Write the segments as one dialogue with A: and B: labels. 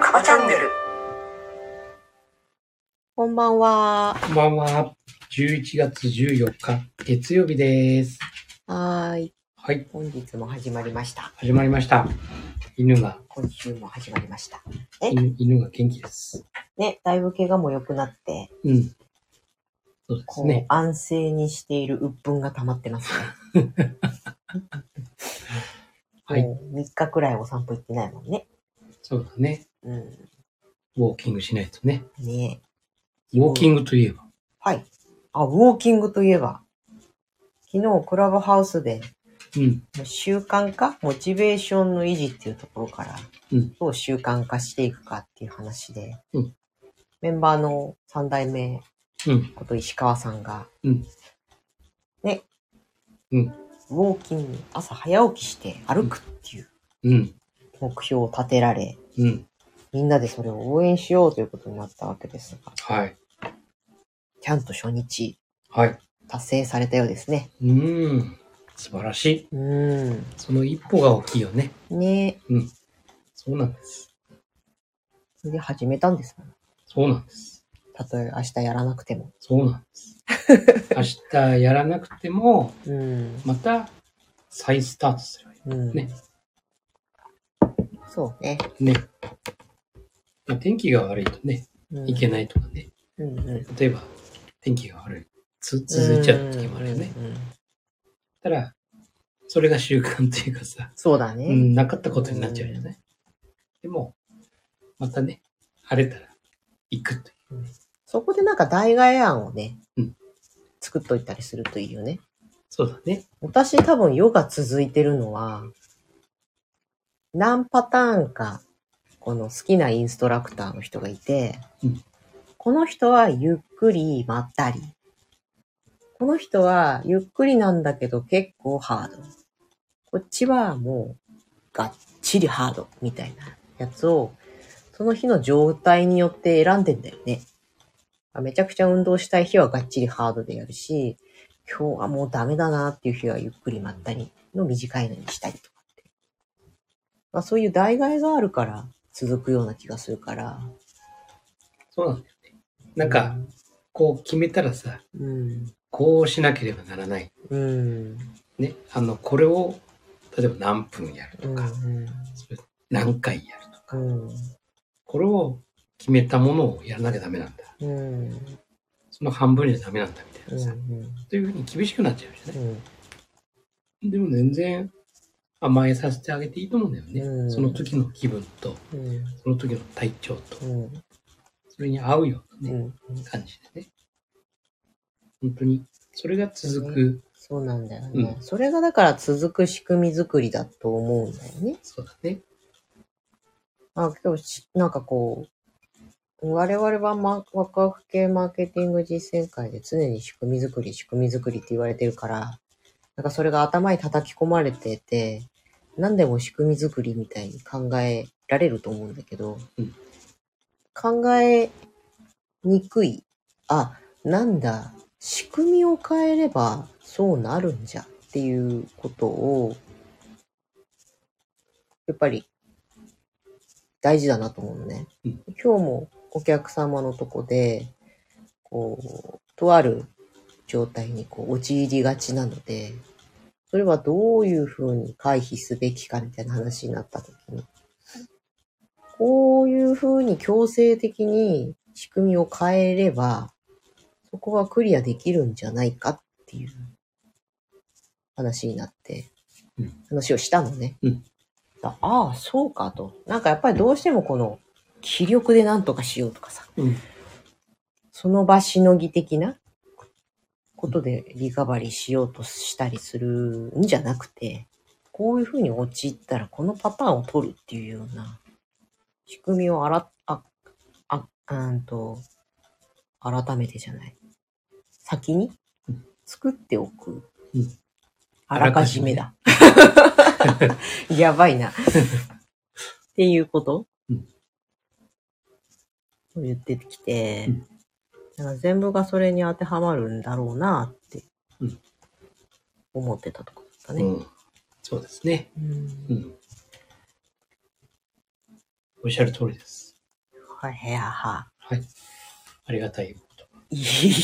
A: カバチャンネル
B: こんばんは。
C: こんばんは。11月14日、月曜日です。
B: はーい。
C: はい、
B: 本日も始まりました。
C: 始まりました。犬が、
B: 今週も始まりました。
C: 犬犬が元気です。
B: ね、だいぶ怪我も良くなって、
C: うん。そうです
B: こう、
C: ね。
B: 安静にしている鬱憤が溜まってますね。
C: はい
B: もう3日くらいお散歩行ってないもんね。
C: そうだね。
B: うん。
C: ウォーキングしないとね。
B: ね
C: ウォーキングといえば。
B: はい。あ、ウォーキングといえば、昨日クラブハウスで、
C: うん。
B: もう習慣化モチベーションの維持っていうところから、
C: うん
B: どう習慣化していくかっていう話で、
C: うん
B: メンバーの3代目
C: うん。
B: こと石川さんが、
C: うん
B: ね、
C: うん
B: ウォーキング、朝早起きして歩くっていう
C: うん。
B: 目標を立てられ、
C: うん。
B: みんなでそれを応援しようということになったわけですが、
C: はい。
B: ちゃんと初日
C: はい。
B: 達成されたようですね。
C: うん。素晴らしい。
B: うん。
C: その一歩が大きいよね。
B: ね
C: そうなんです。
B: それで始めたんですもん。
C: そうなんです。
B: たとえ明日やらなくても。
C: そうなん です。明日やらなくても、
B: うん。
C: また再スタートすればいい。
B: うん。
C: ね
B: そうね。
C: ね。まあ、天気が悪いとね、
B: うん
C: いけないとかね。
B: うんうん。
C: 例えば、天気が悪い。つ続いちゃう時もあるよね。
B: うんうんうん。
C: ただ、それが習慣というかさ、
B: そうだ
C: う
B: ね。
C: ん、なかったことになっちゃうよね。でも、またね、晴れたら行くとい
B: そこでなんか代替案をね、
C: うん
B: 作っといたりするといいよね。
C: う。そうだね。
B: 私多分ヨガ続いてるのは、何パターンか、この好きなインストラクターの人がいて、
C: うん
B: この人はゆっくりまったり。この人はゆっくりなんだけど結構ハード。こっちはもうがっちりハードみたいなやつを、その日の状態によって選んでんだよね。あめちゃくちゃ運動したい日はがっちりハードでやるし、今日はもうダメだなっていう日はゆっくりまったりの短いのにしたりとかって。まあそういう代替えがあるから続くような気がするから。
C: そうなんだよね。なんか、、こう決めたらさ、
B: うん。
C: こうしなければならない。
B: うん。
C: ね。あの、これを、例えば何分やる
B: う
C: と
B: ん。
C: か、それ何回やるとか、
B: うん。
C: これを決めたものをやらなきゃダメなんだ。
B: うん。
C: その半分じゃダメなんだみたいなさ、
B: うん。
C: というふうに厳しくなっちゃうじゃな
B: う
C: い、
B: ん。
C: でも全然甘えさせてあげていいと思うんだよね、
B: うん
C: その時の気分と
B: うん。
C: その時の体調と
B: うん。
C: それに合うような
B: う
C: ね、
B: ん。
C: 感じでね本当にそれが続く
B: そうなんだよね。それがだから続く仕組み作りだと思うんだよね。
C: そうだね
B: あ、今日し、なんかこう、我々はま、ワクワク系マーケティング実践会で常に仕組み作り、仕組み作りって言われてるから、なんかそれが頭に叩き込まれてて、何でも仕組み作りみたいに考えられると思うんだけど、
C: うん
B: 考えにくい。あ、なんだ、仕組みを変えればそうなるんじゃっていうことを、やっぱり大事だなと思うのね。
C: うん
B: 今日もお客様のとこで、こう、とある状態にこう陥りがちなので、それはどういうふうに回避すべきかみたいな話になった時に、こういうふうに強制的に仕組みを変えれば、そこはクリアできるんじゃないかっていう話になって
C: うん、
B: 話をしたのね。
C: うん
B: ああ、そうかと。なんかやっぱりどうしてもこの気力でなんとかしようとかさ、
C: うん
B: その場しのぎ的なことでリカバリーしようとしたりするんじゃなくて、こういうふうに陥ったらこのパターンを取るっていうような仕組みをあら、あ、あ、うんと、改めてじゃない。先に作っておく
C: うん。
B: あらかじめだ。 やばいな。っていうこと
C: うん
B: を言ってきて、
C: うん
B: なんか全部がそれに当てはまるんだろうなって
C: うん
B: 思ってたとこだった
C: う
B: ね。
C: ん。そうですね。
B: うん
C: うん。おっしゃる通りです。
B: はへやは。
C: はい。ありがたいこと。
B: いい。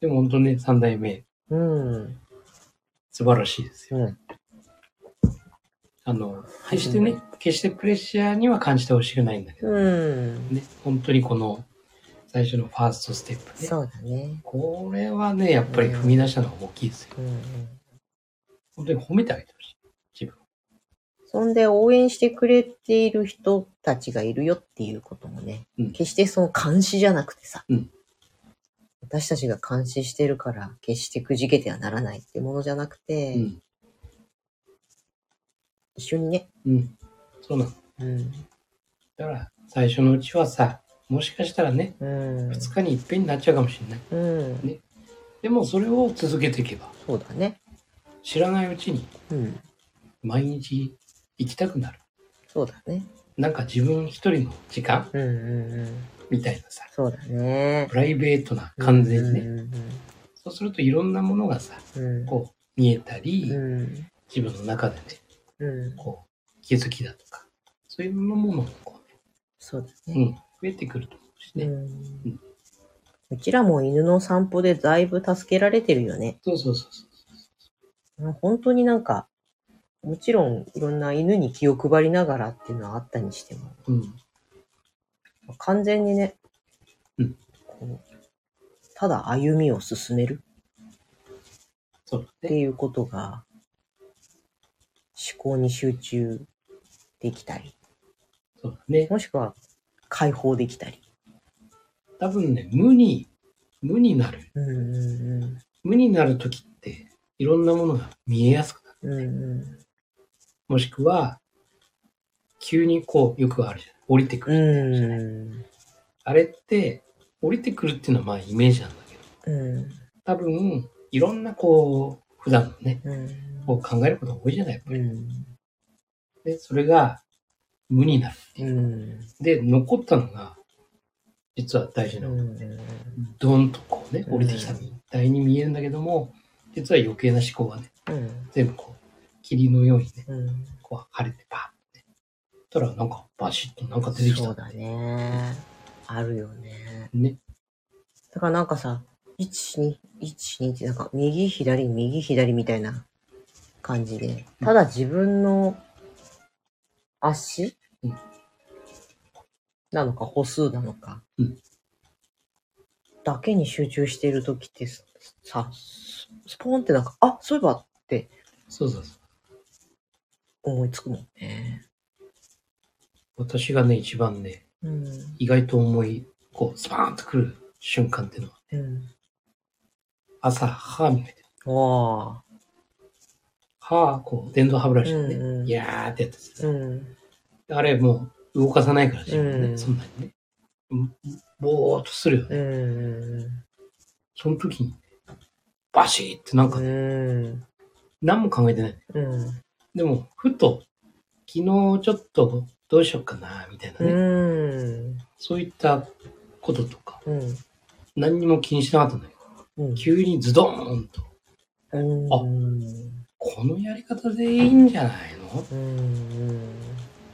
C: でも本当ね、三代目、
B: うん。
C: 素晴らしいですよ。
B: うん
C: あの、決してね、決してプレッシャーには感じてほしくないんだけど、
B: うん。
C: ね、本当にこの、最初のファーストステップね。
B: そうだね。
C: これはね、やっぱり踏み出したのが大きいですよ。
B: うん。
C: 本当に褒めてあげてほしい。自分を。
B: そんで応援してくれている人たちがいるよっていうこともね、
C: うん
B: 決してその監視じゃなくてさ、
C: うん
B: 私たちが監視してるから決してくじけてはならないってものじゃなくて、
C: うん。
B: 一緒にね、
C: うん。そうなの。
B: うん、
C: だから、最初のうちはさ、もしかしたらね、
B: うん、
C: 2日に一遍になっちゃうかもしれない。
B: うん、
C: でもそれを続けていけば、
B: そうだね、
C: 知らないうちに
B: うん、
C: 毎日行きたくなる。
B: そうだね、
C: なんか自分一人の時間
B: うん、うん、うん、
C: みたいなさ、
B: そうだね
C: プ。ライベートな完全にね。
B: うん
C: そうするといろんなものがさ、
B: うん
C: こう見えた
B: うん、
C: り、
B: うん、
C: 自分の中でね、
B: うん、
C: こう気づきだとか、そういうものもこ
B: そうだ
C: う
B: ね。
C: ね、うん、増えてくると思うしね。
B: うんうちらも犬の散歩でだいぶ助けられてるよね。
C: そうそうそうそう。
B: 本当になんか、もちろんいろんな犬に気を配りながらっていうのはあったにしても、
C: うん、
B: 完全にね、
C: うん
B: こうただ歩みを進める
C: そう
B: っ
C: だ
B: て
C: ね。
B: いうことが、思考に集中できたり、
C: そうだね。
B: もしくは解放できたり。
C: 多分ね、無に、無になる。
B: うんうん
C: 無になるときって、いろんなものが見えやすくなる。
B: うん。うんう
C: もしくは、急にこう、よくあるじゃん。降りてく
B: ん。う
C: る。
B: ん
C: あれって、降りてくるっていうのはまあイメージなんだけど、
B: うん。
C: 多分、いろんなこう、普段のね、
B: うん。
C: こう考えることが多いじゃない。
B: うん。
C: で、それが無になる。
B: うん。
C: で、残ったのが、実は大事な、
B: う
C: ドンとこうね、
B: うん
C: 降りてきたみたいに見えるんだけども、実は余計な思考がね、
B: ん。
C: 全部こう、霧のようにね、
B: うん。
C: こう、晴れてパーって。たら、なんか、バシッとなんか出てき
B: そう
C: た。
B: だね。あるよね。
C: ね。
B: だからなんかさ、1、2、1、2ってなんか右、左、右、左みたいな感じで、
C: うん
B: ただ自分の足、
C: うん
B: なのか歩数なのか、
C: うん
B: だけに集中している時ってささ、ススポーンってなんか、あ、そういえばって
C: そうそうそう。
B: 思いつくもんね。
C: 私がね、一番ね、
B: うん。
C: 意外と重い、こう、スパーンと来る瞬間っていうのは、
B: うん。
C: 朝、歯磨いて、
B: わ
C: 歯、こう、電動歯ブラシでね、
B: うんうん
C: いやーってやって
B: あ。うん。
C: あれもう動かさないから自分ね、
B: うん
C: そんなにね。うんぼーっとするよね。
B: うん。
C: その時に、バシーってなんか、
B: うん。
C: 何も考えてない。
B: うん。
C: でも、ふと、昨日ちょっとどうしようかな、みたいな
B: う
C: ね、
B: ん。
C: そういったこととか、
B: うん。
C: 何にも気にしなかったんだけど、
B: うん。
C: 急にズドーンと、
B: うん。
C: あこのやり方でいいんじゃないの
B: うん。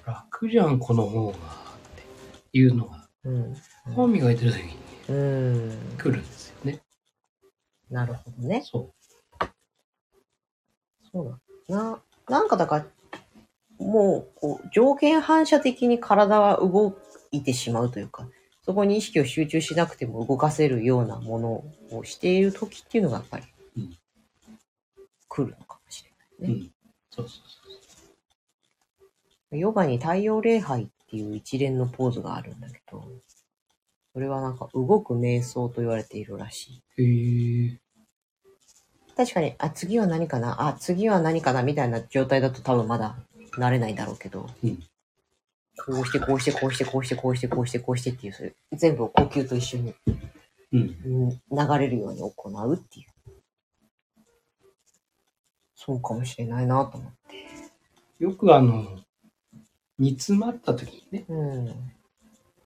C: 楽じゃん、この方が。っていうのが、
B: うん。
C: 歯磨いてる時に
B: うん。
C: 来るんですよね。
B: なるほどね。
C: そ
B: そうだ。な、なんかだから、もう、こう、条件反射的に体は動いてしまうというか、そこに意識を集中しなくても動かせるようなものをしている時っていうのがやっぱり
C: うん、
B: 来るのかもしれ
C: う。う
B: ね
C: ん。そうそうそう。
B: ない。ヨガに太陽礼拝っていう一連のポーズがあるんだけど、それはなんか動く瞑想と言われているらしい。
C: へえ。
B: 確かに、あ、次は何かな、あ、次は何かな、みたいな状態だと多分まだ慣れないだろうけど、
C: うん
B: こうして、こうして、こうして、こうして、こうして、こうして、こうしてっていう、それ全部を呼吸と一緒に、
C: う
B: う
C: ん。
B: ん流れるように行うっていう。そうかもしれないなと思って。
C: よくあの、煮詰まった時にね、
B: うん。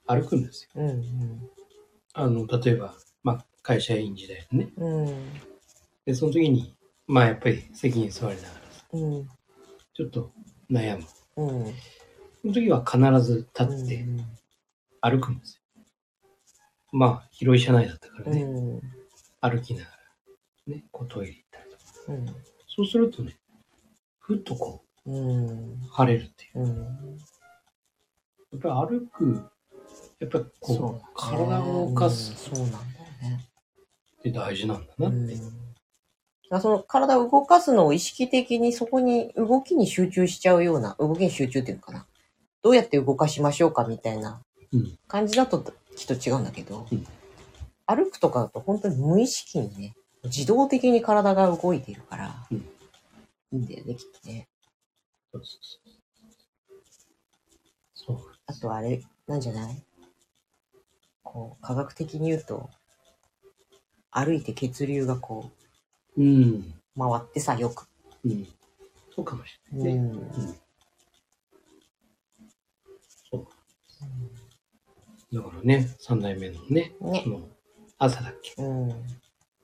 C: 歩くんですよ。
B: うん。
C: あの、例えば、まあ、会社員時代ね。
B: うん。
C: で、その時に、まあ、やっぱり席に座りながら、
B: うん。
C: ちょっと悩む。
B: うん。
C: その時は必ず立って歩くんですよ。まあ、広い車内だったから
B: うん。
C: ね、
B: うん。
C: 歩きながら、ね、こうトイレ行ったりとか。
B: うん。
C: そうするとね、ふっとこ
B: うん
C: う、晴れるっていう。
B: うん。
C: やっぱり歩く、やっぱりこう、体を動かす
B: うんそうなんだよね。
C: って大事なんだなって。
B: うんまあその体を動かすのを意識的にそこに動きに集中しちゃうような、動きに集中っていうのかな。どうやって動かしましょうかみたいな
C: うん
B: 感じだときっと違うんだけど、
C: うん
B: 歩くとかだと本当に無意識にね、自動的に体が動いているから、
C: うん
B: いいんだよね、きっとね。
C: そうそうそう。そう
B: あとあれ、なんじゃないこう、科学的に言うと、歩いて血流がこ
C: うん。
B: う、回ってさ、よく。
C: うん。そうかもしれないね。
B: うん
C: そう。だからね、三代目のね、
B: ね
C: そ。の朝だっけ、
B: うん。う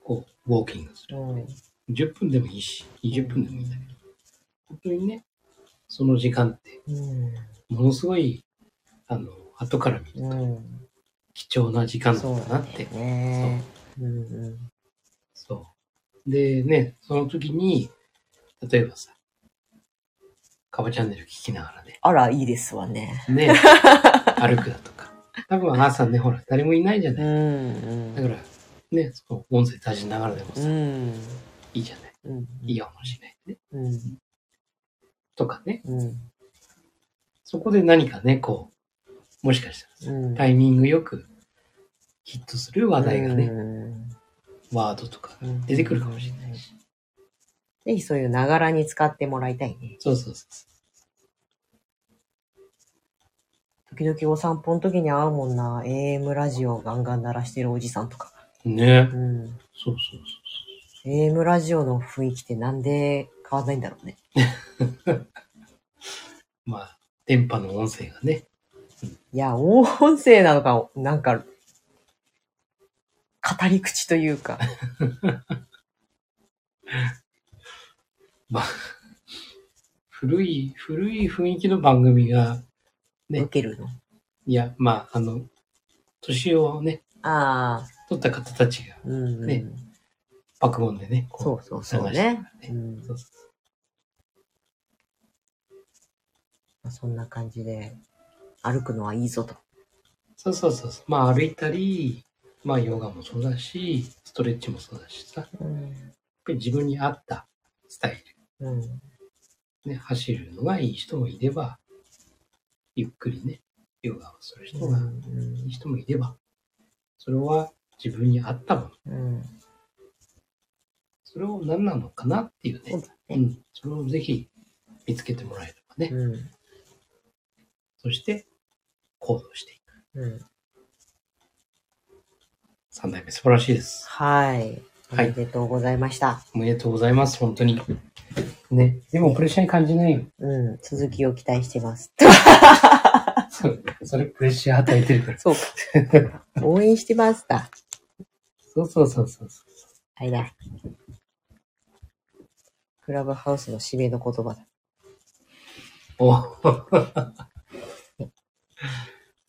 C: こう、ウォーキングする。
B: ん。
C: 10分でもいいし、20分でもいいんだけど、本当にね、その時間って、
B: うん。
C: ものすごい、あの、後から見る
B: うん。
C: 貴重な時間だ
B: そ
C: っ
B: う
C: たな
B: だ
C: って。
B: ね。うん
C: そう。でね、その時に、例えばさ、カバチャンネル聞きながらね、
B: あら、いいですわね。
C: ね、歩くだとか。多分朝ね、ほら、誰もいないじゃ
B: う
C: ない。
B: ん
C: だから、ね、その音声出しながらでも
B: う
C: さ、
B: ん。
C: いいじゃない。
B: うん。
C: いいかもしれないね。
B: うん。
C: とかね、
B: うん。
C: そこで何かね、こう、もしかしたらさ、
B: うん。
C: タイミングよくヒットする話題がね、
B: ね。
C: ワードとか出てくるかもしれないし。
B: ぜひそういうながらに使ってもらいたいね。
C: そうそうそうそ
B: 時々お散歩の時に会うもんな。AM ラジオをガンガン鳴らしてるおじさんとか。
C: う。ね
B: う。ん。
C: そうそうそう。
B: AM ラジオの雰囲気ってなんで変わんないんだろうね。
C: まあ、電波の音声がね、
B: いや、音声なのか、なんか、語り口というか。
C: 古い、古い雰囲気の番組が、ね
B: 受けるの。
C: いや、まあ、あの、年をね、
B: ああ、
C: 取った方たちが
B: うん、うん
C: ね爆音でね、こ
B: そうそうそう
C: 流してる
B: ね
C: か。ら
B: う
C: ね
B: ん
C: そうそう
B: まあそんな感じで、歩くのはいいぞと。
C: そうそうそうそう。まあ、歩いたり、まあ、ヨガもそうだし、ストレッチもそうだしさ、やっ
B: うん。
C: ぱり自分に合ったスタイ
B: うん。
C: ル、ね、走るのがいい人もいれば、ゆっくりね、ヨガをする人がいい人もいれば、それは自分に合ったも
B: う
C: の。
B: ん。
C: それを何なのかなっていうね。
B: そうだ
C: う
B: ね。
C: ん、それをぜひ見つけてもらえればね、
B: うん。
C: そして行動していく。
B: うん。
C: 三代目素晴らしいです。
B: はい。お
C: はい
B: めでとうございました。
C: おめでとうございます、本当に。ね、でもプレッシャーに感じないよ。
B: うん。続きを期待してます。
C: そうそれプレッシャー与えてるから。
B: そうか。応援してますだ。
C: そうそうそうそうそ
B: あれだ。クラブハウスの指名の言葉だ。
C: う。お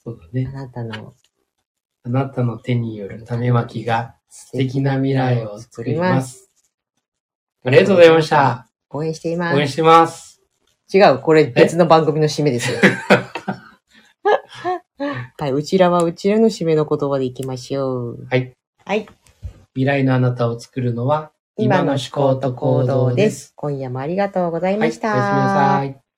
C: そうだ
B: あ
C: ね。
B: なたの
C: あなたの手による種まきが素敵な未来を作ります。ありがとうございました。
B: 応援していま
C: 応援
B: す。
C: してます。
B: 違う、これ別の番組の締めですよ。 はい、うちらはうちらの締めの言葉でいきましょう。
C: はい。
B: はい。
C: 未来のあなたを作るのは今の思考と行動です。。
B: 今夜もありがとうござい
C: は
B: ま
C: い、おや
B: し
C: すみ
B: た。
C: なさい。